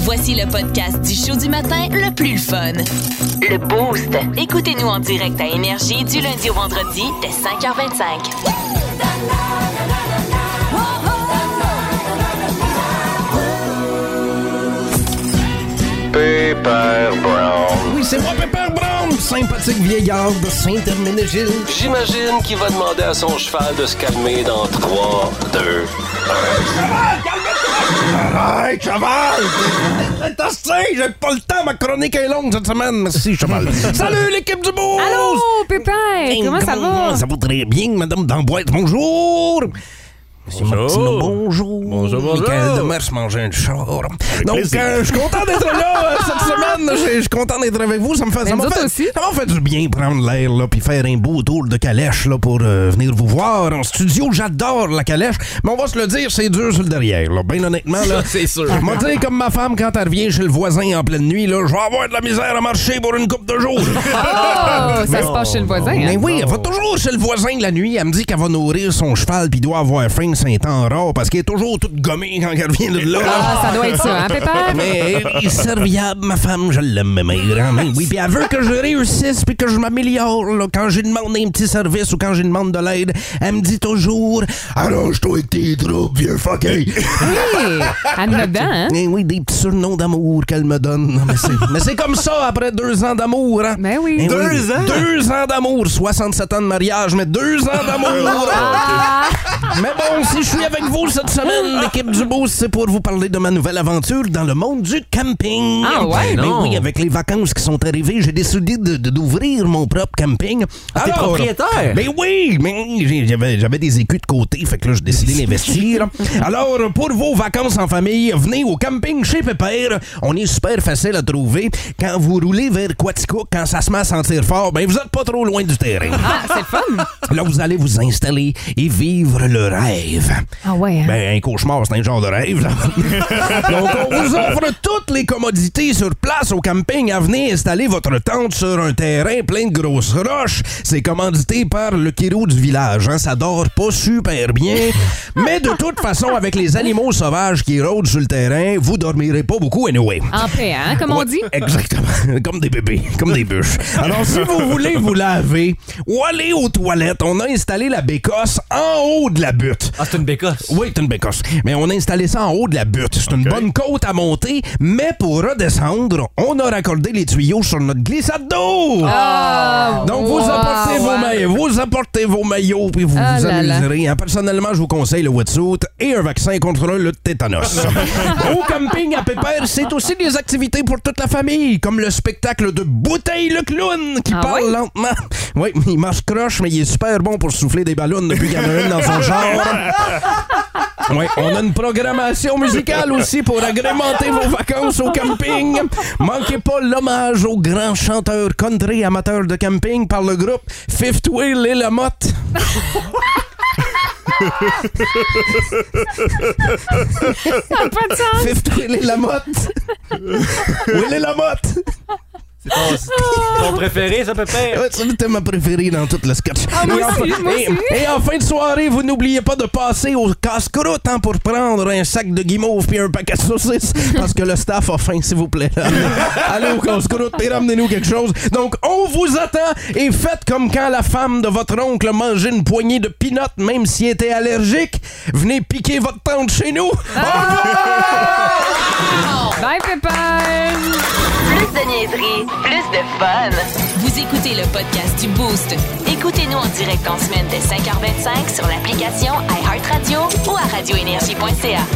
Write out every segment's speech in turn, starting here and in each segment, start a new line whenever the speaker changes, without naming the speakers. Voici le podcast du show du matin le plus le fun. Le Boost. Écoutez-nous en direct à Énergie du lundi au vendredi dès 5h25.
Pepper Brown.
Oui, c'est moi, Pepper Brown, sympathique vieillard de Saint-Herménégil.
J'imagine qu'il va demander à son cheval de se calmer dans 3, 2.
Hey, cheval! T'as j'ai pas le temps, ma chronique est longue cette semaine. Merci, cheval. Salut, l'équipe du beau!
Allô, Oh, Pépin! Comment ça va?
Ça va très bien, madame D'Amboise. Bonjour! Monsieur Martineau, bonjour.
Bonjour, bonjour.
Michael Demers mange un char. Donc, euh, je suis content d'être là euh, cette semaine. Je je suis content d'être avec vous. Ça me fait, ça
nous
m'a
autres
fait,
aussi.
ça m'a fait du bien prendre l'air là, puis faire un beau tour de calèche là, pour euh, venir vous voir en studio. J'adore la calèche, mais on va se le dire, c'est dur sur le derrière. Là. Bien honnêtement, là,
c'est sûr.
je vais dire comme ma femme quand elle revient chez le voisin en pleine nuit, là, je vais avoir de la misère à marcher pour une coupe de jours.
Oh, ça se passe chez le voisin. hein?
Mais oui, elle va toujours chez le voisin la nuit. Elle me dit qu'elle va nourrir son cheval puis doit avoir faim, c'est un temps rare parce qu'elle est toujours toute gommée quand elle revient de là. Ah,
Ah, ça doit être ça, hein, Pépin?
Mais elle est serviable, ma femme, je l'aime, ma mère. hein, Oui, puis elle veut que je réussisse puis que je m'améliore. là. Quand j'ai demandé un petit service ou quand j'ai demande de l'aide, elle me dit toujours Arrange-toi avec tes troubles, vieux fucké.
Oui, elle me dedans, hein?
Eh oui, des petits surnoms d'amour qu'elle me donne. Mais c'est- Mais c'est comme ça après deux ans d'amour. Hein?
Mais Ben oui.
Eh
Deux ans?
Deux ans d'amour. 67 ans de mariage, mais deux ans d'amour.
Ah,
mais bon, si je suis avec vous cette semaine, l'équipe du Boost, c'est pour vous parler de ma nouvelle aventure dans le monde du camping.
Ah ouais?
Mais
Non.
oui, avec les vacances qui sont arrivées, j'ai décidé de- de- d'ouvrir mon propre camping. Ah,
t'es propriétaire?
ben oui, mais j'ai- j'avais, j'avais des écus de côté, fait que là, j'ai décidé d'investir. Alors, pour vos vacances en famille, venez au camping chez Pépère. On est super facile à trouver. Quand vous roulez vers Quaticook, quand ça se met à sentir fort, ben vous êtes pas trop loin du terrain.
ah, c'est le fun.
Là, vous allez vous installer et vivre le rêve.
Ah ouais, hein?
Ben, un cauchemar, c'est un genre de rêve. là. Donc, on vous offre toutes les commodités sur place au camping. À venir installer votre tente sur un terrain plein de grosses roches. C'est commandité par le Kiro du village. hein. Ça dort pas super bien. Mais de toute façon, avec les animaux sauvages qui rôdent sur le terrain, vous dormirez pas beaucoup anyway.
En paix, hein, comme on
Ouais,
dit.
Exactement. Comme des bébés, comme des bûches. Alors, si vous voulez vous laver ou aller aux toilettes, on a installé la bécosse en haut de la butte.
Ah, c'est une bécosse.
Oui, c'est une bécosse. Mais on a installé ça en haut de la butte. C'est une bonne côte à monter, mais pour redescendre, on a raccordé les tuyaux sur notre glissade d'eau.
Ah,
Donc, vous
wow,
apportez vos
ouais.
maillots, vous apportez vos maillots, puis vous
Ah
vous
là là.
amuserez. hein. Personnellement, je vous conseille le wetsuit et un vaccin contre le tétanos. Au camping à Pépère, c'est aussi des activités pour toute la famille, comme le spectacle de Bouteille le clown qui
Ah
parle
oui?
lentement. Oui, il marche croche, mais il est super bon pour souffler des ballons depuis qu'il y en a une dans son genre. Ouais, on a une programmation musicale aussi pour agrémenter vos vacances au camping. Manquez pas l'hommage au grand chanteur country amateur de camping par le groupe Fifth Wheel et la Motte.
Ça n'a pas de sens.
Fifth Wheel et la Motte. Will et la Motte.
C'est ton, c'est ton préféré, ça, Pépère?
Ouais, c'est ma préférée dans tout le sketch.
Ah, moi
et, en,
aussi, moi
et- et en fin de soirée, vous n'oubliez pas de passer au casse-croûte hein, pour prendre un sac de guimauve puis un paquet de saucisses parce que le staff a faim, s'il vous plaît. Allez au casse-croûte et ramenez-nous quelque chose. Donc, on vous attend et faites comme quand la femme de votre oncle mangeait une poignée de peanuts même s'il était allergique. Venez piquer votre tente chez nous.
Bye, Pépin.
Plus de niaiserie, plus de fun. Vous écoutez le podcast du Boost. Écoutez-nous en direct en semaine dès 5h25 sur l'application iHeartRadio ou à radioénergie.ca.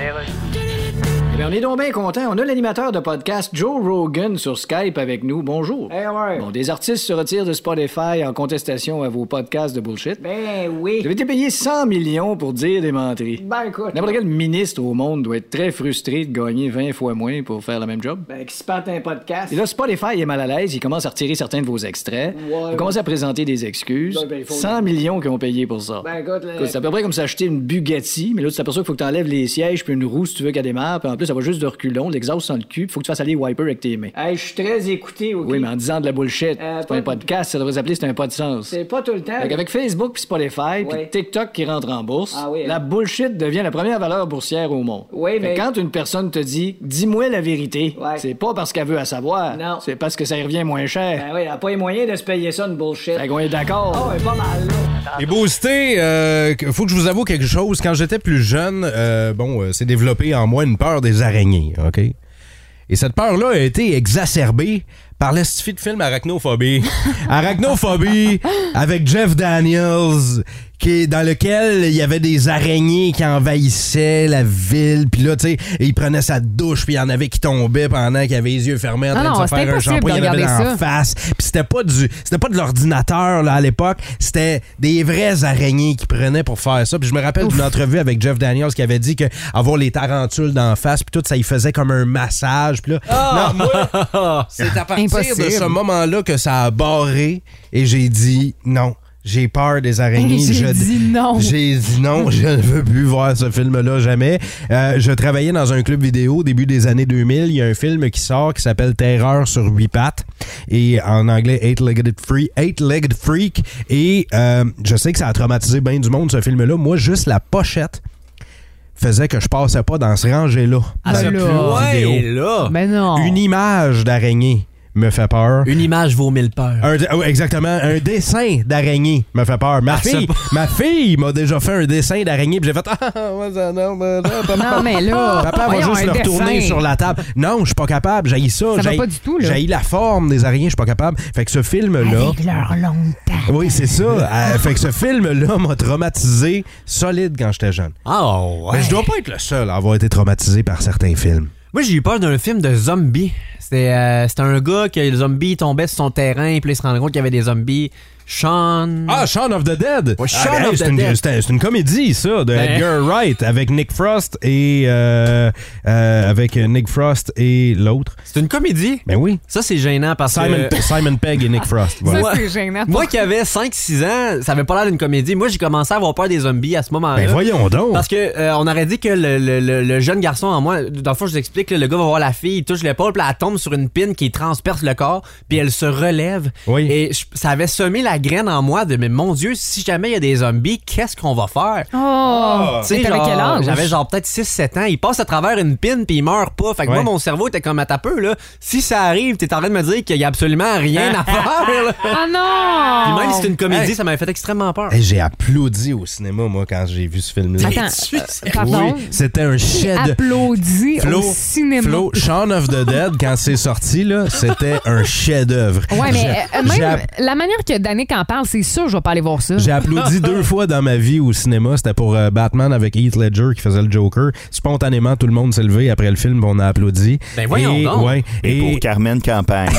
Eh bien, on est donc bien contents. On a l'animateur de podcast Joe Rogan sur Skype avec nous. Bonjour.
Eh
Bon, des artistes se retirent de Spotify en contestation à vos podcasts de bullshit.
Ben oui.
Vous avez été payé 100 millions pour dire des menteries.
Ben écoute.
N'importe quel ministre au monde doit être très frustré de gagner 20 fois moins pour faire le même job.
Ben, qui se pâte un podcast.
Et là, Spotify est mal à l'aise, il commence à retirer certains de vos extraits,
Ouais,
il commence à présenter des excuses.
Ouais, ben, il faut-
100 millions qui ont payé pour ça.
Ben, écoute, là-
c'est à peu près comme s'acheter une Bugatti, mais là, tu t'aperçois qu'il faut que tu enlèves les sièges puis une roue si tu veux qu'elle démarre, puis en plus, elle va va juste de reculons, l'exhaust sans le cul, puis faut que tu fasses aller les wipers avec tes mains.
Hey, je suis très écouté, OK?
Oui, mais en disant de la bullshit,
Euh,
c'est pas un
pas-
podcast, ça devrait s'appeler c'est un pas de sens.
C'est pas tout le temps.
Fait qu'avec Facebook puis Spotify puis
Ouais.
TikTok qui rentre en bourse,
Ah oui, hein.
la bullshit devient la première valeur boursière au monde.
Oui,
Fait
mais-
quand une personne te dit dis-moi la vérité,
Ouais.
c'est pas parce qu'elle veut à savoir,
Non.
c'est parce que ça y revient moins cher.
Ben oui, elle a pas les moyens de se payer ça, une bullshit.
Fait qu'on est d'accord.
Ah ouais, pas mal, là.
Les boostés, euh, que- faut que je vous avoue quelque chose. Quand j'étais plus jeune, euh, bon, euh, c'est développé en moi une peur des araignées, OK? Et cette peur-là a été exacerbée par l'estifie de film Arachnophobie. Arachnophobie avec Jeff Daniels, qui est- dans lequel il y avait des araignées qui envahissaient la ville. Puis là, tu sais, il prenait sa douche, puis il y en avait qui tombaient pendant qu'il avait les yeux fermés en
Ah
train
non,
de se
c'était
faire un
impossible
shampoing.
de
Il y en avait
regarder
dans
ça.
la face. Puis c'était pas du c'était pas de l'ordinateur là à l'époque, c'était des vraies araignées qui prenaient pour faire ça. Puis je me rappelle d'une entrevue avec Jeff Daniels qui avait dit que avoir les tarentules d'en face puis tout ça il faisait comme un massage puis là non, moi c'est à partir de
Impossible.
ce moment-là que ça a barré et j'ai dit non. J'ai peur des araignées.
J'ai
Je-
dit non.
j'ai dit non, je ne veux plus voir ce film-là jamais. Euh, je travaillais dans un club vidéo au début des années 2000. Il y a un film qui sort qui s'appelle Terreur sur huit pattes et en anglais Eight-Legged Freak. Eight-Legged Freak. Et euh, je sais que ça a traumatisé bien du monde ce film-là. Moi, juste la pochette faisait que je passais pas dans ce rangé-là.
Ah,
Dans ce
là.
club
Ouais,
vidéo.
là.
Mais non.
Une image d'araignée me fait peur.
Une image vaut mille peurs.
Un- ouais, exactement. Un dessin d'araignée me fait peur. Ma
Ah, c'est
fille,
pas-
ma fille m'a déjà fait un dessin d'araignée, puis j'ai fait ah, ouais, ça, non, ben, non, papa.
Non, mais là.
Papa va
voyons,
juste
un
le retourner
dessin.
sur la table. Non, je suis pas capable. J'ai ça.
Ça va
J'haïs-
pas du tout, là.
j'haïs la forme des araignées. Je suis pas capable. Fait que ce film-là.
Avec leur longue tête.
Oui, c'est ça. Euh, fait que ce film-là m'a traumatisé solide quand j'étais jeune.
Ah ouais.
Mais je dois pas être le seul à avoir été traumatisé par certains films.
Moi, j'ai eu peur d'un film de zombies. C'était euh, c'était un gars que les zombies tombaient sur son terrain, puis là, il se rendait compte qu'il y avait des zombies. Sean.
Ah, Shaun of the Dead!
Ouais,
Ah,
Shaun
ben,
of
c'est
the
une,
Dead.
C'est c'est une comédie, ça, de
Ben.
Edgar Wright avec Nick Frost et. euh, euh, avec Nick Frost et l'autre.
C'est une comédie.
Ben oui.
Ça, c'est gênant parce
Simon,
que.
Simon Pegg et Nick Frost. voilà.
Ça, c'est gênant.
Moi qui avais 5-6 ans, ça avait pas l'air d'une comédie. Moi, j'ai commencé à avoir peur des zombies à ce moment-là.
Ben voyons donc!
Parce que euh, on aurait dit que le, le- le- le jeune garçon en moi, dans le fond, je vous explique, là, le gars va voir la fille, il touche l'épaule, puis elle tombe sur une pine qui transperce le corps, puis elle se relève.
Oui.
Et je- ça avait semé la graine en moi de mais mon Dieu, si jamais il y a des zombies, qu'est-ce qu'on va faire?
Oh.
Tu sais,
Mais t'avais
genre,
quel âge?
J'avais genre peut-être 6-7 ans. Il passe à travers une pine puis il meurt pas. Fait que
Ouais.
moi, mon cerveau était comme à ta peu, là. Si ça arrive, t'es en train de me dire qu'il y a absolument rien à faire, là.
Ah
Puis
non!
même si c'est une comédie, ça m'avait fait extrêmement peur.
Hey, j'ai applaudi au cinéma, moi, quand j'ai vu ce film-là.
Attends,
Oui,
euh, pardon?
C'était un chef de.
Applaudis au cinéma.
Flo, Shaun of the Dead, quand c'est sorti, là, c'était un chef-d'œuvre.
Ouais, mais
J'ai-
euh,
j'ai
même
app-
la manière que Danick en parle, c'est sûr, je vais pas aller voir ça.
J'ai applaudi deux fois dans ma vie au cinéma. C'était pour euh, Batman avec Heath Ledger qui faisait le Joker. Spontanément, tout le monde s'est levé après le film, on a applaudi.
Ben voyons
et,
donc.
ouais,
Et
et
pour Carmen Campagne.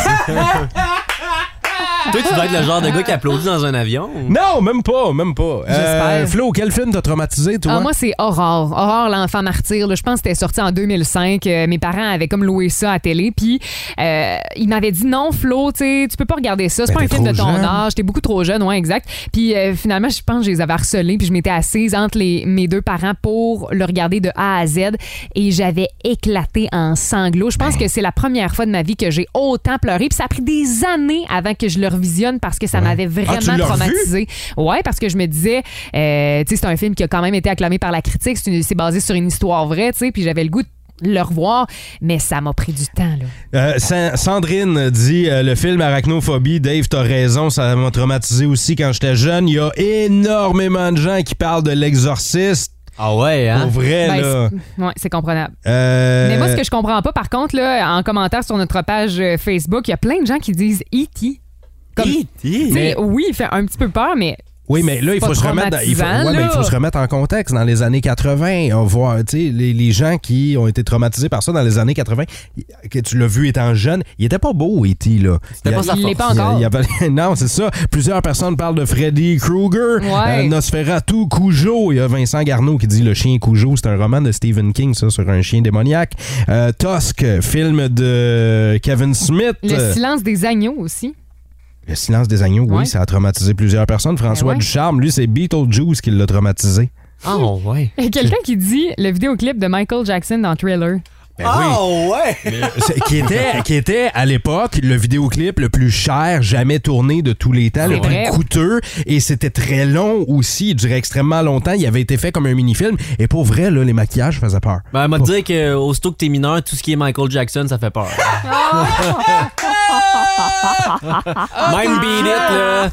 Toi, tu dois être le genre de gars qui applaudit dans un avion.
non, même pas, même pas. Euh,
J'espère.
Flo, quel film t'a traumatisé, toi?
Ah, moi, c'est Aurore. Aurore, l'enfant martyr. là. Je pense que c'était sorti en 2005. Euh, mes parents avaient comme loué ça à la télé. Puis, euh, ils m'avaient dit non, Flo, tu sais, tu peux pas regarder ça. C'est
Ben,
pas un
t'es
film de
trop
ton
jeune.
âge. T'es Ah, beaucoup trop jeune, ouais, exact. Puis, euh, finalement, je pense que je les avais harcelés. Puis, je m'étais assise entre les, mes deux parents pour le regarder de A à Z. Et j'avais éclaté en sanglots. Je pense
Ben.
que c'est la première fois de ma vie que j'ai autant pleuré. Puis, ça a pris des années avant que je le revisionne parce que ça m'avait
Ah, tu
vraiment
l'as revu?
traumatisé réalisé. Ouais, parce que je me disais, euh, tu sais, c'est un film qui a quand même été acclamé par la critique. C'est une- c'est basé sur une histoire vraie, tu sais, puis j'avais le goût de le revoir, mais ça m'a pris du temps, là.
Euh, Sa- Sandrine dit euh, le film Arachnophobie, Dave, t'as raison, ça m'a traumatisé aussi quand j'étais jeune. Il y a énormément de gens qui parlent de l'exorciste.
Ah ouais, hein?
Pour vrai,
Ben,
là.
c'est- ouais, c'est comprenable.
Euh,
Mais moi, ce que je comprends pas, par contre, là, en commentaire sur notre page euh, Facebook, il y a plein de gens qui disent E.T. Comme,
Hi, hi.
tu sais, oui, il fait un petit peu peur, mais
Oui, mais là, il
C'est
faut,
pas
se remettre dans- il, faut,
traumatisant,
ouais, mais il faut
là.
se remettre en contexte. Dans les années 80, on voit, tu sais, les, les gens qui ont été traumatisés par ça dans les années 80, que tu l'as vu étant jeune, il était pas beau, E.T., là.
C'était
Il y a-
pas sa
il l'est pas
force.
encore.
Il y avait- non, c'est ça. Plusieurs personnes parlent de Freddy Krueger,
Ouais.
euh, Nosferatu, Cujo. Il y a Vincent Garneau qui dit Le chien Cujo. C'est un roman de Stephen King, ça, sur un chien démoniaque. Euh, Tusk, film de Kevin Smith.
le
Euh,
silence des agneaux aussi.
Le silence des agneaux, oui,
Ouais. Ben
ça a traumatisé plusieurs personnes. François
ouais.
Ducharme, lui, c'est Beetlejuice qui l'a traumatisé.
Ah ouais.
Il y a quelqu'un qui dit le vidéoclip de Michael Jackson dans Thriller.
Ben
Ah,
oui. C'est- qui, était, qui était à l'époque le vidéoclip le plus cher jamais tourné de tous les temps, le
C'est
plus
vrai.
coûteux et c'était très long aussi, il durait extrêmement longtemps, il avait été fait comme un mini-film et pour vrai là, les maquillages faisaient peur.
Ben, elle m'a dit que aussitôt que t'es mineur, tout ce qui est Michael Jackson, ça fait peur. Ah! Même Beat It, là.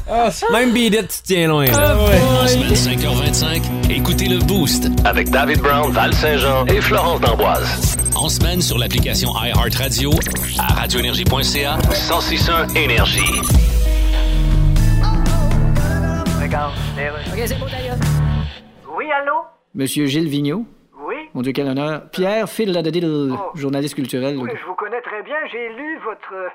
Même Beat It, tu te tiens loin. là.
En semaine 5h25, écoutez le Boost avec David Brown, Val Saint-Jean et Florence D'Amboise. En semaine sur l'application iHeartRadio à radioénergie.ca 1061 énergie.
Monsieur Gilles Vigneault? Oui? Mon Dieu, quel honneur. Pierre Phil journaliste culturel.
Oh. Oui, je vous connais très bien. J'ai lu votre, euh,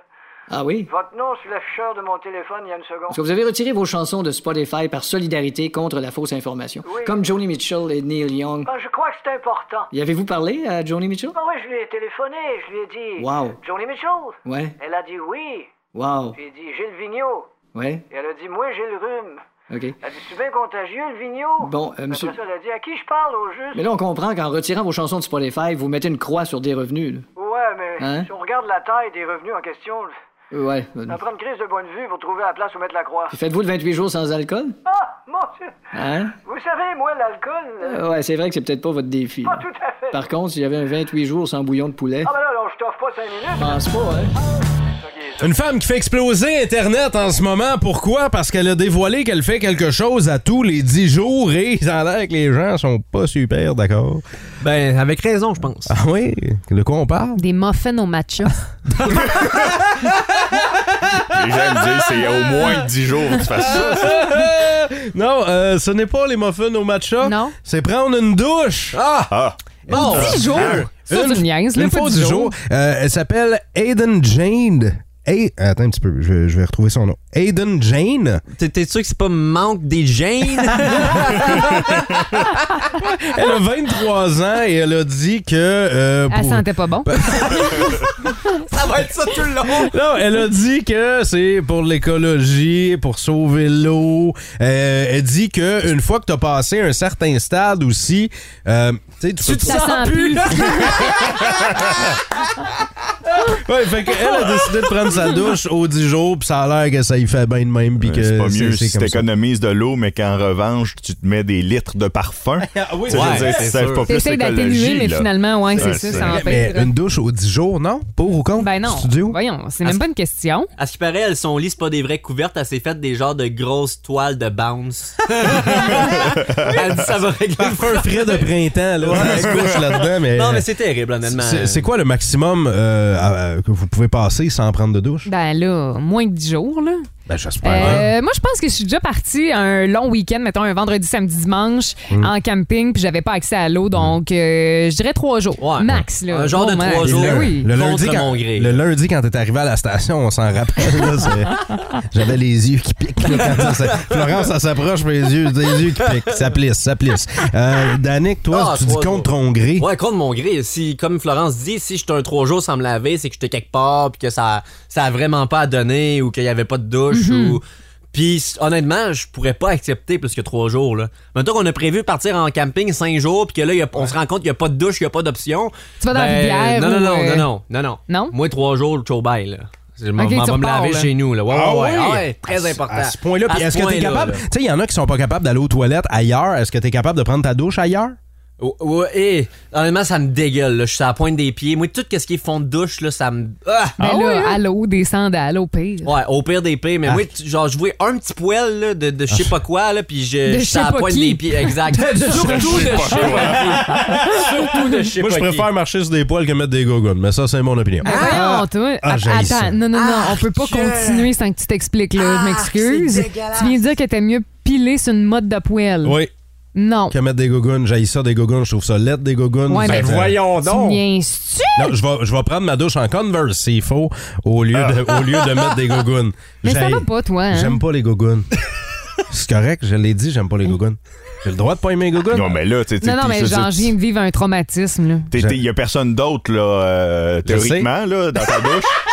Ah oui?
votre nom sur l'afficheur de mon téléphone il y a une seconde.
Est-ce que vous avez retiré vos chansons de Spotify par solidarité contre la fausse information? Comme Joni Mitchell et Neil Young.
Ah, je crois que c'est important.
Y avez-vous parlé à Joni Mitchell?
Ah oui, je lui ai téléphoné. Je lui ai dit...
Wow.
Johnny Mitchell.
Ouais.
Elle a dit oui.
Wow.
J'ai dit Gilles Vigneault.
Ouais.
Et elle a dit Moi, j'ai le rhume.
OK.
Elle a dit C'est bien contagieux, le Vigneault.
Bon, euh, monsieur-
Après ça, elle a dit À qui je parle au juste
Mais là, on comprend qu'en retirant vos chansons de Spotify, vous mettez une croix sur des revenus.
Ouais, mais
Hein?
si on regarde la taille des revenus en question,
là. Ouais. euh,
ça prend une crise de bonne vue pour trouver la place où mettre la croix.
Faites-vous le 28 jours sans alcool?
Ah, mon Dieu
Hein?
Vous savez, moi, l'alcool. euh,
Euh, Ouais, c'est vrai que c'est peut-être pas votre défi.
Pas
là.
tout à fait.
Par contre, s'il y avait un 28 jours sans bouillon de poulet,
Ah, ben là, là, je t'offre pas 5
je
minutes.
pense pas, hein?
Une femme qui fait exploser Internet en ce moment. Pourquoi? Parce qu'elle a dévoilé qu'elle fait quelque chose à tous les 10 jours et ça a l'air que les gens sont pas super d'accord.
Ben, avec raison, je pense.
Ah oui? De quoi on parle?
Des muffins au matcha.
Les gens me disent c'est au moins 10 jours que tu fasses ça.
non, euh, ce n'est pas les muffins au matcha.
Non.
C'est prendre une douche. Ah!
Ah,
Bon, 10 jours! Ça,
une,
tu me niaises, là,
une
pas
fois
dix
du
jours.
jour. Euh, elle s'appelle Aiden Jane. Hey, attends un petit peu, je, je vais retrouver son nom. Aiden Jane.
T'es- T'es sûr que c'est pas manque des gènes?
Elle a 23 ans et elle a dit que... euh,
Elle
pour-
sentait pas bon.
ça va être ça tout le long.
Non, elle a dit que c'est pour l'écologie, pour sauver l'eau. Euh, elle dit que une fois que t'as passé un certain stade aussi, euh, tu sais, tu peux-
Ça sent plus.
Ouais, fait qu'elle a décidé de prendre sa douche aux 10 jours, puis ça a l'air que ça y fait bien de même, puis que
Euh, c'est pas mieux
c'est
si
comme ça.
t'économises de l'eau, mais qu'en revanche, tu te mets des litres de parfum.
Ah oui,
Tu sais, je veux
Ouais,
dire,
c'est
ça fait
sûr.
pas plus
T'essayes d'atténuer,
l'écologie,
mais
là.
finalement, ouais, Ah, ben, c'est
Ouais,
ça,
c'est
ça
vrai,
Mais
empêche.
une douche aux 10 jours, non? Pour ou contre?
Ben non.
Studio?
Voyons, c'est même pas une question.
À ce qui paraît, elle, son lit, c'est pas des vraies couvertes. Elle s'est faite des genres de grosses toiles de bounce. elle dit ça va régler le
Parfum frais de printemps, là. Elle couche là-dedans, mais...
Non, mais c'est terrible, honnêtement.
C'est- C'est quoi le maximum euh, à- à- que vous pouvez passer sans prendre de douche?
Ben là, moins que 10 jours, là.
Ben, j'espère.
Euh, moi, je pense que je suis déjà partie un long week-end, mettons un vendredi, samedi, dimanche,
Mm.
en camping, puis j'avais pas accès à l'eau, donc euh, je dirais trois jours.
Ouais.
Max, là.
Un genre de
Bon,
trois
max.
jours.
Ben Oui.
Le
Contre
lundi, quand,
mon gré.
le lundi, quand t'es arrivé à la station, on s'en rappelle. là, c'est- J'avais les yeux qui piquent. là, quand ça- Florence, ça s'approche, mes yeux, des yeux qui piquent. Ça plisse, ça plisse. Euh, Danick, toi,
Ah,
tu dis
trois
contre
jours.
ton gré.
Ouais, contre mon gré. Si, comme Florence dit, si j'étais un trois jours sans me laver, c'est que j'étais quelque part, puis que ça, ça a vraiment pas à donner, ou qu'il y avait pas de douche,
Mhm.
ou. Puis s- honnêtement, je pourrais pas accepter plus que trois jours. Là. Maintenant qu'on a prévu partir en camping cinq jours, puis que là, y a- on se rend compte qu'il y a pas de douche, il y a pas d'option. Ben,
Tu vas dans la rivière
Non, non,
ou,
non,
euh,
non, non, non, non.
Non?
Moi, trois jours, le show bail. Là. Je m'en
Ok,
m'en
tu
vais me
repars,
laver
là.
chez nous. Là. Ouais,
Ah
ouais, ouais,
oui?
ouais, très
À-
important.
À ce point-là, puis
À
est-ce que t'es
point-là,
capable.
là.
Tu sais, il y en a qui sont pas capables d'aller aux toilettes ailleurs. Est-ce que t'es capable de prendre ta douche ailleurs?
Ouais, ouais, hé, Oh, honnêtement, ça me dégueule. là. Je suis à la pointe des pieds. Moi, tout ce qui est fond de douche, là, ça me. Ah!
Ben là, à l'eau, des sandales, au pire.
Ouais, au pire des pires, mais
Ah.
moi, tu- genre, je vois un petit poil là, de, de je sais pas quoi, là, puis je,
De
je
je sais
à la
pas
pointe
qui.
des pieds, exact. Surtout de je sais pas qui. Surtout de je sais
Moi, je
pas qui.
préfère marcher sur des poils que mettre des gogoons, mais ça, c'est mon opinion.
Ben voyons, toi.
Ah,
Att-
j'haïs ça.
Attends, non, non, non, on peut pas
Ah, que- Ah,
continuer sans que tu t'expliques, là. je m'excuse. Tu viens de dire que t'es mieux piler sur une mode de poêle.
Oui,
Non.
que mettre des gogoons, j'ai ça des gogoons, je trouve ça laid des gogoons.
Ouais,
Ça
mais-
fait-
Tu niaises-tu?
Non, je vais, je vais prendre ma douche en Converse s'il faut, au lieu de, au lieu de mettre des gogoons.
Ah. Mais ça
J'ai-
va pas, toi. hein?
J'aime pas les gogoons. C'est correct, je l'ai dit, j'aime pas les gogoons. J'ai le droit de pas aimer les gogoons.
Non, mais là, tu sais,
Non, non,
t'es- je
mais
sais-
genre, je viens de vivre un traumatisme, là.
t'es- t'es- Il y a personne d'autre, là, euh,
Je sais.
théoriquement, là, dans ta
c'est ça.
douche.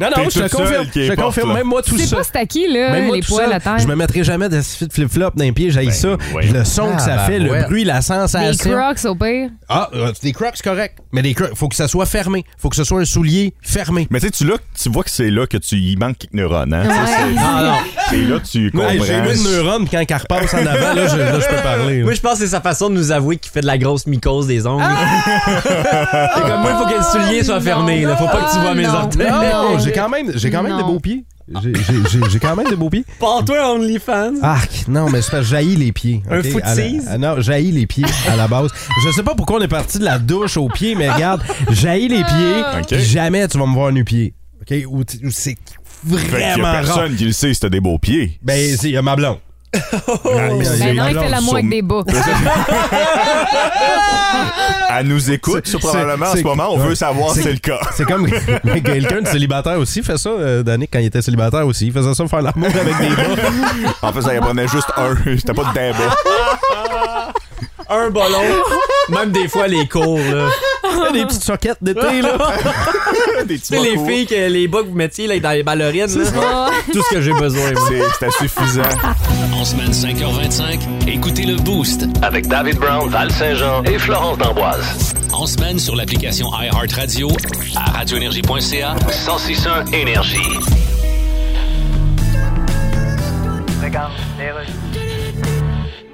Non, non,
T'es
je te
tout seul
confirme.
qui est
Je te
porte,
confirme,
là.
même moi tout
C'est
seul.
pas c'est à qui, là,
Même moi
les
tout
poils
seul,
à terre. Ben,
Je me mettrais jamais de flip-flop dans les pieds, j'aille ça.
voyons.
Le son que ça
Ah,
fait,
bah, ouais.
le bruit, la
Des
sensation.
crocs, au pire.
Ah, euh, des crocs, c'est correct. Mais des crocs, faut que ça soit fermé. Faut que ce soit un soulier fermé.
Mais tu sais, tu là, tu vois que c'est là que tu y manques quelques neurones. Hein? Ça,
Ah,
c'est-
Non, non.
C'est là que tu comprends.
Ouais, J'ai mis une neurone, puis quand elle repasse en avant, là, je, là, je peux parler. là.
Moi, je pense que c'est sa façon de nous avouer qu'il fait de la grosse mycose des ongles.
Ah!
c'est comme moi, il faut que le soulier soit
non.
fermé. Là. Faut pas que tu
Ah,
vois mes
non.
orteils.
Non, j'ai quand même, j'ai quand même
Non.
des beaux pieds. J'ai- j'ai- J'ai j'ai quand même des beaux pieds.
Porte-toi OnlyFans.
Arc, non, mais c'est parce que j'haïs les pieds.
Un
ok,
foot
à la-
seize?
à- Non, j'haïs les pieds à la base. Je sais pas pourquoi on est parti de la douche aux pieds, mais regarde, j'haïs les pieds.
Ah.
Ok.
puis Jamais tu vas me voir nu-pied. OK? Ou t- ou c'est
Fait qu'il y
vraiment
a
rare.
personne qui le sait si t'as des beaux pieds.
Ben, c'est- il y a ma blonde.
Elle-
C'est
Ben non, il
malade,
fait l'amour avec
sur-
des bas.
Ah,
Elle nous écoute,
C'est-
probablement, en
c'est-
ce moment. On
ouais.
veut savoir si c'est le cas.
C'est comme mais quelqu'un de célibataire aussi fait ça, euh, Danick, quand il était célibataire aussi. Il faisait ça faire l'amour avec des bras.
En fait, ça y prenait juste un. C'était pas de débat.
Un ballon. Même des fois, les cours. Là.
des petites soquettes d'été, là.
Des
Tu sais, les filles, que, les bas que vous mettiez là, dans les ballerines. là. Tout ce que j'ai besoin. moi.
C'est- C'était suffisant.
En semaine 5h25, écoutez le Boost. Avec David Brown, Val Saint-Jean et Florence D'Amboise. En semaine sur l'application iHeartRadio, à radioénergie.ca, 1061 Énergie.
Regarde, les rues.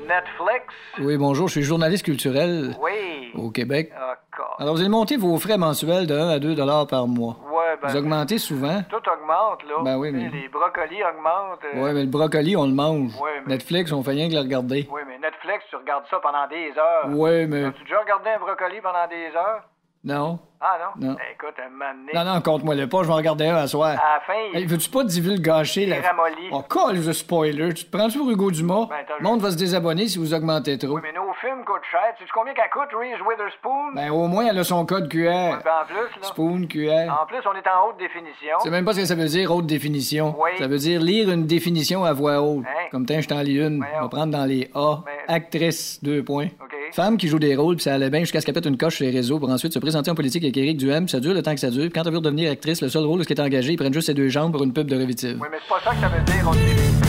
Netflix?
Oui, bonjour, je suis journaliste culturel
Oui.
au Québec.
Ah, God.
Alors, vous allez monter vos frais mensuels de 1 à 2 dollars par mois.
Ouais, ben.
Vous augmentez souvent.
Tout augmente, là.
Ben oui, mais-
Les brocolis augmentent. euh,
Ouais, mais le brocoli, on le mange.
Ouais, mais-
Netflix, on fait rien que le regarder.
Oui, mais Netflix, tu regardes ça pendant des heures.
Ouais, mais...
As-tu déjà regardé un brocoli pendant des heures?
Non.
Ah non?
Non.
Ben, écoute, un moment donné,
Non, non, compte-moi le pas, je vais en regarder un à soir.
à la fin,
Hey,
il...
veux-tu pas divulgacher la...
Il ramollit.
Oh, call the spoiler. Tu te prends-tu pour Hugo Dumas?
Ben, t'as-
le monde va se désabonner si vous augmentez trop.
Oui, mais nos films coûtent cher. Sais-tu combien qu'elle coûte, Reese Witherspoon?
Ben, au moins, elle a son code QR.
Ben, en plus, là.
Spoon QR.
En plus, on est en haute définition.
Tu sais même pas ce que ça veut dire, haute définition.
Oui.
Ça veut dire lire une définition à voix haute.
Hein?
Comme tiens, je t'en lis une.
Voyons.
On va prendre dans les A.
Mais-
Actrice, deux points.
OK.
Femme qui joue des rôles, puis ça allait bien jusqu'à ce qu'elle pète une coche sur les réseaux pour ensuite se présenter en politique avec Éric Duhem. puis Ça dure le temps que ça dure. Puis quand elle veut devenir actrice, le seul rôle où ce qui est engagé, ils prennent juste ses deux jambes pour une pub de Revitive.
Oui, mais c'est pas ça que ça veut dire, haute définition.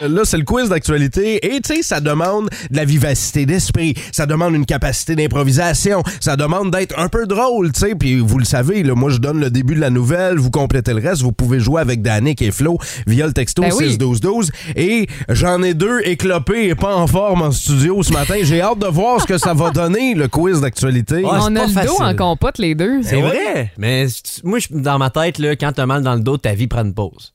Tantôt.
Là, c'est le quiz d'actualité et tu sais, ça demande de la vivacité d'esprit, ça demande une capacité d'improvisation, ça demande d'être un peu drôle, tu sais. Puis vous le savez, là, moi je donne le début de la nouvelle, vous complétez le reste, vous pouvez jouer avec Danick et Flo via le texto
Ben oui.
6 12 12 et j'en ai deux éclopés et pas en forme en studio ce matin. J'ai hâte de voir ce que ça va donner le quiz d'actualité.
Ah, c'est
on
pas
a le dos
facile.
en compote, les deux.
C'est vrai. Mais tu- moi, je- dans ma tête, là, quand t'as mal dans le dos, ta vie prend une pause.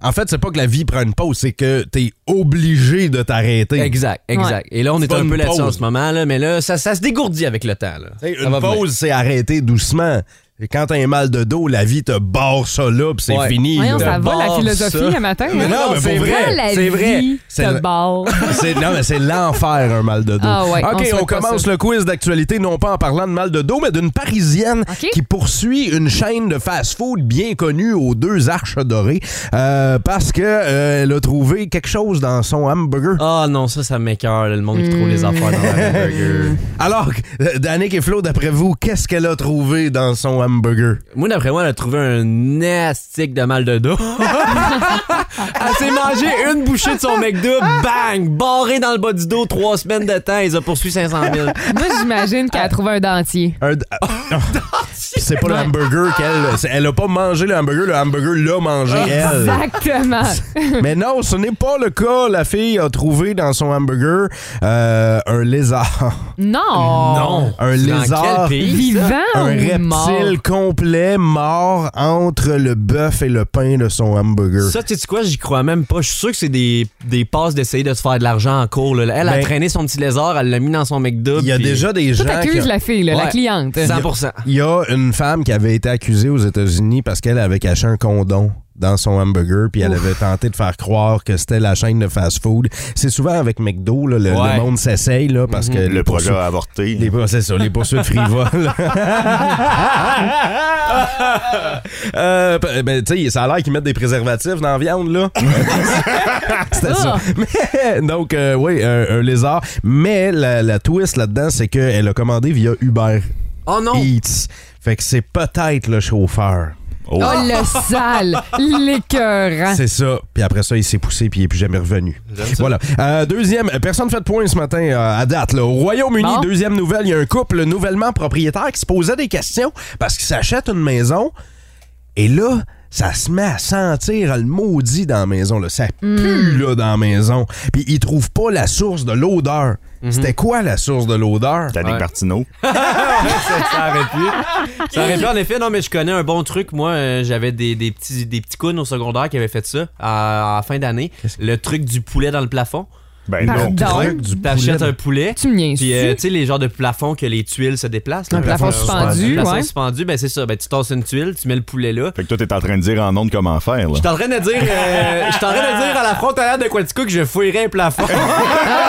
En fait, c'est pas que la vie prend une pause, c'est que t'es obligé de t'arrêter.
Exact, exact. Et là, on est,
pas
un
une
peu là-dessus en
pause.
ce moment, là, mais là, ça, ça se dégourdit avec le temps. Là.
Hey,
Ça
une
va venir.
pause, c'est arrêter doucement. Et quand t'as un mal de dos, la vie te barre ça là, puis c'est
Ouais.
fini.
Voyons,
là.
ça va, la
bord,
philosophie,
ça.
le matin.
Mais
hein?
non, mais
c'est
pour vrai,
la
c'est vrai.
vie
C'est
te
le-
barre.
C'est- non, mais c'est l'enfer, un mal de dos.
Ah ouais, on
OK,
souhaite
on,
pas
commence
ça.
le quiz d'actualité, non pas en parlant de mal de dos, mais d'une Parisienne
OK.
qui poursuit une chaîne de fast-food bien connue aux deux arches dorées euh, parce que euh, elle a trouvé quelque chose dans son hamburger.
Ah non, ça, ça m'écœure, là, le monde qui trouve les affaires dans la hamburger.
Alors, euh, Danick et Flo, d'après vous, qu'est-ce qu'elle a trouvé dans son hamburger?
Moi, d'après moi, elle a trouvé un nastique de mal de dos. elle s'est mangé une bouchée de son McDo, bang, barré dans le bas du dos, trois semaines de temps, ils ont poursuivi 500 000.
Moi, j'imagine qu'elle a trouvé un dentier.
Un- ah, non. c'est pas le hamburger qu'elle. c'est- Elle a pas mangé le hamburger, le hamburger l'a mangé elle.
Exactement.
Mais non, ce n'est pas le cas. La fille a trouvé dans son hamburger euh, un lézard.
Non.
Un
C'est dans
lézard.
quel pays?
Vivant
Un
ou
reptile
Ah, mort?
complet mort entre le bœuf et le pain de son hamburger.
Ça, tu sais quoi, j'y crois même pas. Je suis sûr que c'est des, des passes d'essayer de se faire de l'argent en cours. là. Elle a
Ben-
traîné son petit lézard, elle l'a mis dans son McDo.
Il y a
puis-
déjà des gens.
Tout accuse
qui-
la fille, là, la
Ouais.
cliente. hein.
100%.
Il y a une femme qui avait été accusée aux États-Unis parce qu'elle avait caché un condom dans son hamburger, puis elle avait tenté de faire croire que c'était la chaîne de fast-food. C'est souvent avec McDo, là, le,
Ouais.
le monde s'essaye, là, parce que...
Mhm. Le
les poursuites-
projet a avorté.
Les, c'est ça, les poursuites frivoles. Euh, p- ben, tu sais, ça a l'air qu'ils mettent des préservatifs dans la viande, là. C'était ça.
Ah.
Mais, donc, euh, oui, un, un lézard. Mais la, la twist là-dedans, c'est qu'elle a commandé via Uber.
Oh non!
Eats. Fait que c'est peut-être le chauffeur.
Oh, le sale, l'écœurant.
C'est ça. Puis après ça, il s'est poussé puis il n'est plus jamais revenu. Voilà. Euh, deuxième, euh, personne fait de point ce matin euh, à date. là. Au Royaume-Uni,
Bon.
deuxième nouvelle, il y a un couple nouvellement propriétaire qui se posait des questions parce qu'il s'achète une maison et là, ça se met à sentir le maudit dans la maison. Là. Ça pue là, dans la maison. Puis il trouve pas la source de l'odeur.
Mhm.
C'était quoi la source de l'odeur?
T'as des Martineau.
ça, ça aurait pu. Ça aurait pu, en effet. Non, mais je connais un bon truc. Moi, euh, j'avais des, des petits, des petits clowns au secondaire qui avaient fait ça à, à la fin d'année. Le truc du poulet dans le plafond.
Ben non.
Pardon.
T'achètes
ben.
un poulet.
Tu me niaises.
Puis, euh, tu sais, les genres de plafonds que les tuiles se déplacent. là.
Un plafond suspendu,
Un plafond
ouais.
suspendu, ben c'est ça. Ben, tu tasses une tuile, tu mets le poulet là.
Fait que toi, t'es en train de dire en ondes comment faire, là.
Je suis en train de dire, euh, je suis en train de dire à la frontalière de Quatico que je fouillerais un plafond.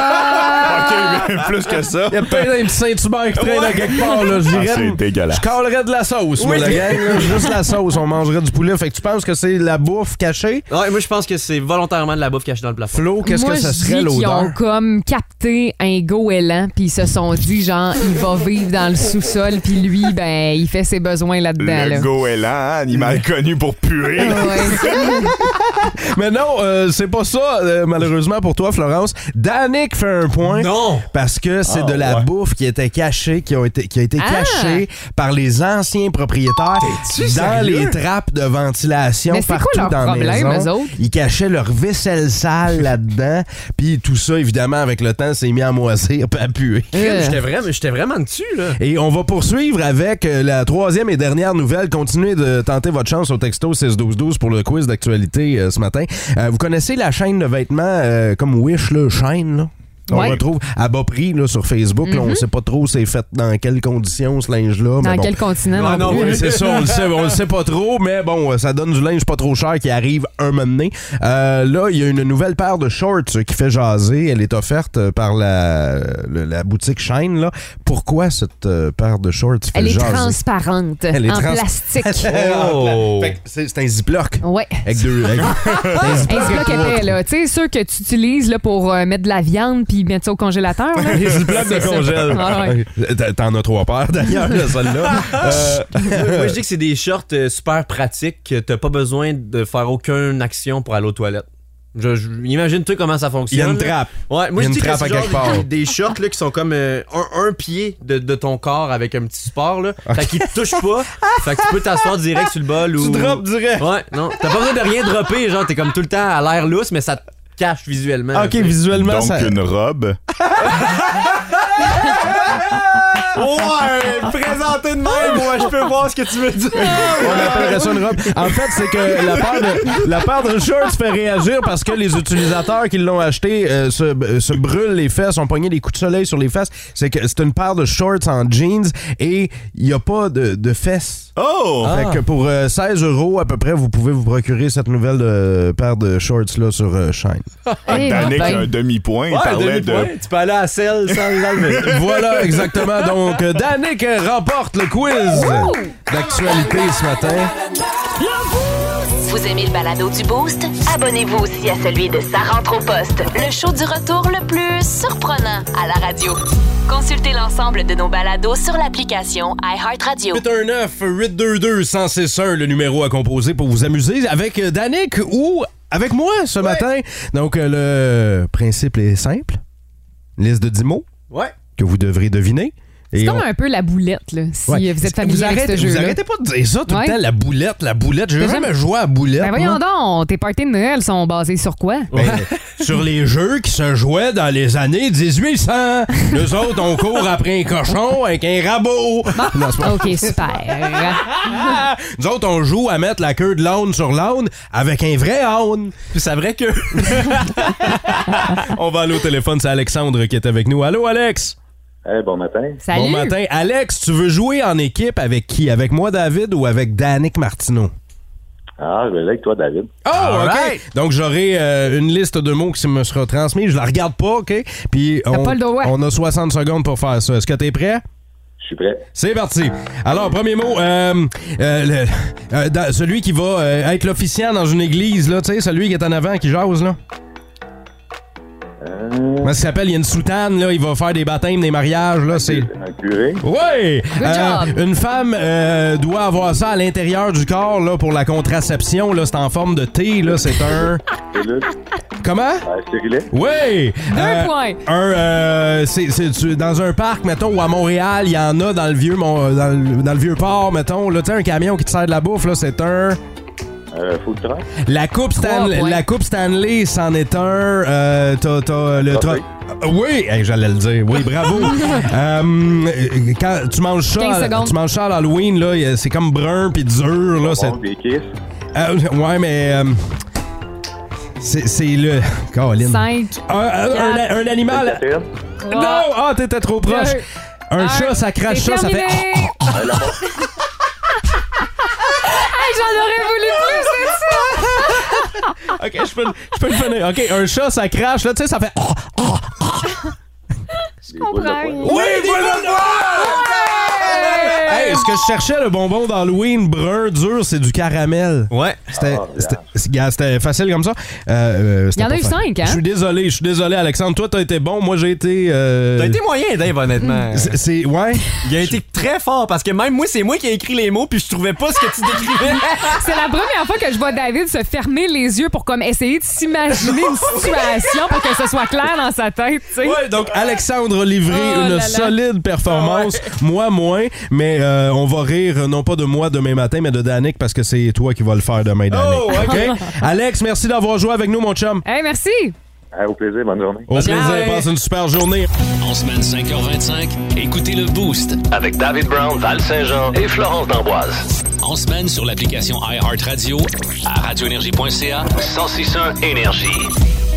Ok, mais plus que ça.
Il y a plein d'un petit Saint-Hubert qui traîne à quelque part. Là, je dirais-
Ah, c'est dégueulasse.
Je calerais de la sauce, moi, la gang. là. juste la sauce, on mangerait du poulet. Fait que tu penses que c'est la bouffe cachée?
Ouais, moi, je pense que c'est volontairement de la bouffe cachée dans le plafond.
Flo, qu'est-ce
Moi,
que ça
je
serait
dis qu'ils ont
l'odeur?
comme capté un goéland, puis ils se sont dit, genre, il va vivre dans le sous-sol, puis lui, ben, il fait ses besoins là-dedans.
Le
Là.
goéland, hein, animal connu pour puer.
Ouais.
Mais non, euh, c'est pas ça, euh, malheureusement pour toi, Florence. Danick fait un point.
Non!
Parce que c'est
Ah,
de la
ouais.
bouffe qui était cachée, qui a été, qui a été
Ah!
cachée par les anciens propriétaires dans les trappes de ventilation
Mais c'est quoi
partout
leur
dans
problème,
la maison.
eux autres?
Ils cachaient leur vaisselle sale là-dedans. Puis tout ça, évidemment, avec le temps, s'est mis à moisir, puis à puer.
Euh,
J'étais vraiment, j'étais vraiment dessus, là.
Et on va poursuivre avec euh, la troisième et dernière nouvelle. Continuez de tenter votre chance au texto 6-12-12 pour le quiz d'actualité euh, ce matin. Euh, vous connaissez la chaîne de vêtements euh, comme Wish, le chaîne, là? On
Ouais. Mhm.
retrouve à bas prix là, sur Facebook. là, on ne sait pas trop c'est fait dans quelles conditions ce linge-là. mais
dans
bon.
quel continent?
Ah
non
non,
plus,
Oui,
ouais.
hein?
c'est ça, on le sait, on le sait pas trop, mais bon, ça donne du linge pas trop cher qui arrive un moment donné. Euh, là, il y a une nouvelle paire de shorts qui fait jaser. Elle est offerte par la, le- la boutique Shine. Là. Pourquoi cette euh, paire de shorts fait
Elle est
jaser?
transparente,
Elle est
en
trans-
plastique.
Oh.
Fait que C'est c'est un ziploc.
Ouais.
Avec deux. avec- un
Un
ziploc
ziploc
avec trois
épais, là. Tu sais, ceux que tu utilises là, pour euh, mettre de la viande puis mettre ça au congélateur. là.
Les ziplocs de
C'est ça.
congèle.
Ah ouais.
T'en- T'en as trois paires d'ailleurs, là, celle-là. Euh,
Moi, je dis que c'est des shorts euh, super pratiques que t'as pas besoin de faire aucune action pour aller aux toilettes. Je, je- imagine-tu comment ça
Il y a
fonctionne.
une
là.
trappe.
Ouais, moi,
Il y a
je
une
dis que
trappe à
c'est genre
quelque part.
des, des shorts là, qui sont comme euh, un, un pied de, de ton corps avec un petit support. Là. Fait qu'ils te touchent pas. fait que tu peux t'asseoir direct sur le bol. ou...
Tu drops direct.
Ouais, non. T'as pas besoin de rien dropper. Genre, t'es comme tout le temps à l'air lousse, mais ça te cache visuellement.
Ah, Ok, visuellement,
Donc,
ça.
une robe.
Ouais, présenté de même. Moi, je peux voir ce que tu veux dire.
On appellerait ça une robe. En fait, c'est que la paire de, la paire de shorts fait réagir parce que les utilisateurs qui l'ont acheté euh, se, euh, se brûlent les fesses, ont pogné des coups de soleil sur les fesses. C'est que c'est une paire de shorts en jeans et il n'y a pas de, de fesses.
Oh!
Fait que pour euh, 16 euros à peu près, vous pouvez vous procurer cette nouvelle euh, paire de shorts là sur euh, Shine.
Eh,
Danick,
ben,
Ah, un demi-point, il parlait de.
Tu peux aller à la selle sans l'enlever.
voilà exactement. Donc, euh, Danick remporte le quiz d'actualité ce matin.
Vous aimez le balado du Boost? Abonnez-vous aussi à celui de Sa rentre au poste, le show du retour le plus surprenant à la radio. Consultez l'ensemble de nos balados sur l'application iHeartRadio.
819-822-1061, le numéro à composer pour vous amuser avec euh, Danick ou avec moi ce matin. Donc, euh, le principe est simple. Liste de 10 mots
Ouais.
que vous devrez deviner. Et
C'est
on-
comme un peu la boulette, là, si
Ouais.
euh, vous êtes
vous
familier avec
arrêtez,
ce
vous
jeu-là.
arrêtez pas de dire ça tout
Ouais.
le temps, la boulette, la boulette. J'ai
T'as
jamais
jamais-
joué à boulette.
Ben
moi.
voyons donc, tes parties de Noël sont basées sur quoi?
Ben, sur les jeux qui se jouaient dans les années 1800. Nous autres, on court après un cochon avec un rabot. Non, c'est pas-
OK, super.
Nous autres, on joue à mettre la queue de l'âne sur l'âne avec un vrai âne.
Puis c'est vrai que.
On va aller au téléphone, c'est Alexandre qui est avec nous. Allô, Alex?
Salut.
Bon matin. Alex, tu veux jouer en équipe avec qui? Avec moi, David, ou avec Danick Martineau?
Ah, je vais aller avec toi, David.
Oh, OK. Donc, j'aurai euh, une liste de mots qui me sera transmise. Je la regarde pas, OK? Puis, on,
pas le droit.
on a 60 secondes pour faire ça. Est-ce que t'es prêt?
Je suis prêt.
C'est parti. Alors, premier mot, euh, euh, le- euh, dans- celui qui va euh, être l'officiant dans une église, là, tu sais, celui qui est en avant, qui jase, là. Comment ça s'appelle? Il y a une soutane, là. Il va faire des baptêmes, des mariages, là. C'est.
Un curé?
Oui!
Good job.
Une femme euh, doit avoir ça à l'intérieur du corps, là, pour la contraception, là. C'est en forme de T, là. C'est un. Comment? Euh,
stérilet.
Oui!
Deux
points.
Un, euh, c'est, c'est- tu- dans un parc, mettons, ou à Montréal, il y en a dans le vieux, Mon- euh, dans le, dans le vieux port, mettons. Là, tu sais, un camion qui te sert de la bouffe, là, c'est un.
Euh, food truck?
La coupe, Stan-
points.
la coupe Stanley, c'en est un. Euh, t'as, t'as le
Trophée.
tro- Oui, hey, j'allais le dire. Oui, bravo. Euh, quand tu manges ça,
15
à-
secondes.
tu manges ça à l'Halloween, là, y a- c'est comme brun puis dur, là. C'est...
Bon, des kiss.
Euh, ouais, mais euh, c'est, c'est le. Caroline.
Cinq.
Un, un- un-
quatre,
un animal.
trois,
Non, ah, t'étais trop proche.
deux,
Un, chat, ça crache
c'est
ça, ça fait. oh,
terminé. Hey, j'en aurais voulu plus, c'est ça!
Ok, je peux, je peux le finir. Ok, un chat, ça crache, là, tu sais, ça fait.
Je comprends. Oui,
voilà! Hey, ce que je cherchais, le bonbon d'Halloween brun dur, c'est du caramel. Ouais. C'était c'était- c'est- gars, c'était facile comme ça. Euh, euh, c'était
Il y en
pas
a eu
facile.
cinq, hein?
Je suis désolé, je suis désolé, Alexandre. Toi, t'as été bon. Moi, j'ai été. euh,
T'as été moyen, Dave, honnêtement.
C'est- C'est. Ouais.
Il a été très fort parce que même moi, c'est moi qui ai écrit les mots puis je trouvais pas ce que tu décrivais.
C'est la première fois que je vois David se fermer les yeux pour comme essayer de s'imaginer une situation pour que ce soit clair dans sa tête. tu sais.
Ouais, donc Alexandre a livré
Oh
une
là Ah là.
solide performance. Moi, moins, mais euh, on va rire non pas de moi demain matin, mais de Danick parce que c'est toi qui vas le faire demain, Danick.
Oh, ok.
OK? Alex, merci d'avoir joué avec nous, mon chum.
Hey, merci.
au plaisir, bonne journée.
Au plaisir, passe une super journée.
En semaine 5h25, écoutez le Boost avec David Brown, Val Saint-Jean et Florence D'Amboise. En semaine sur l'application iHeartRadio à radioénergie.ca 1061 Énergie.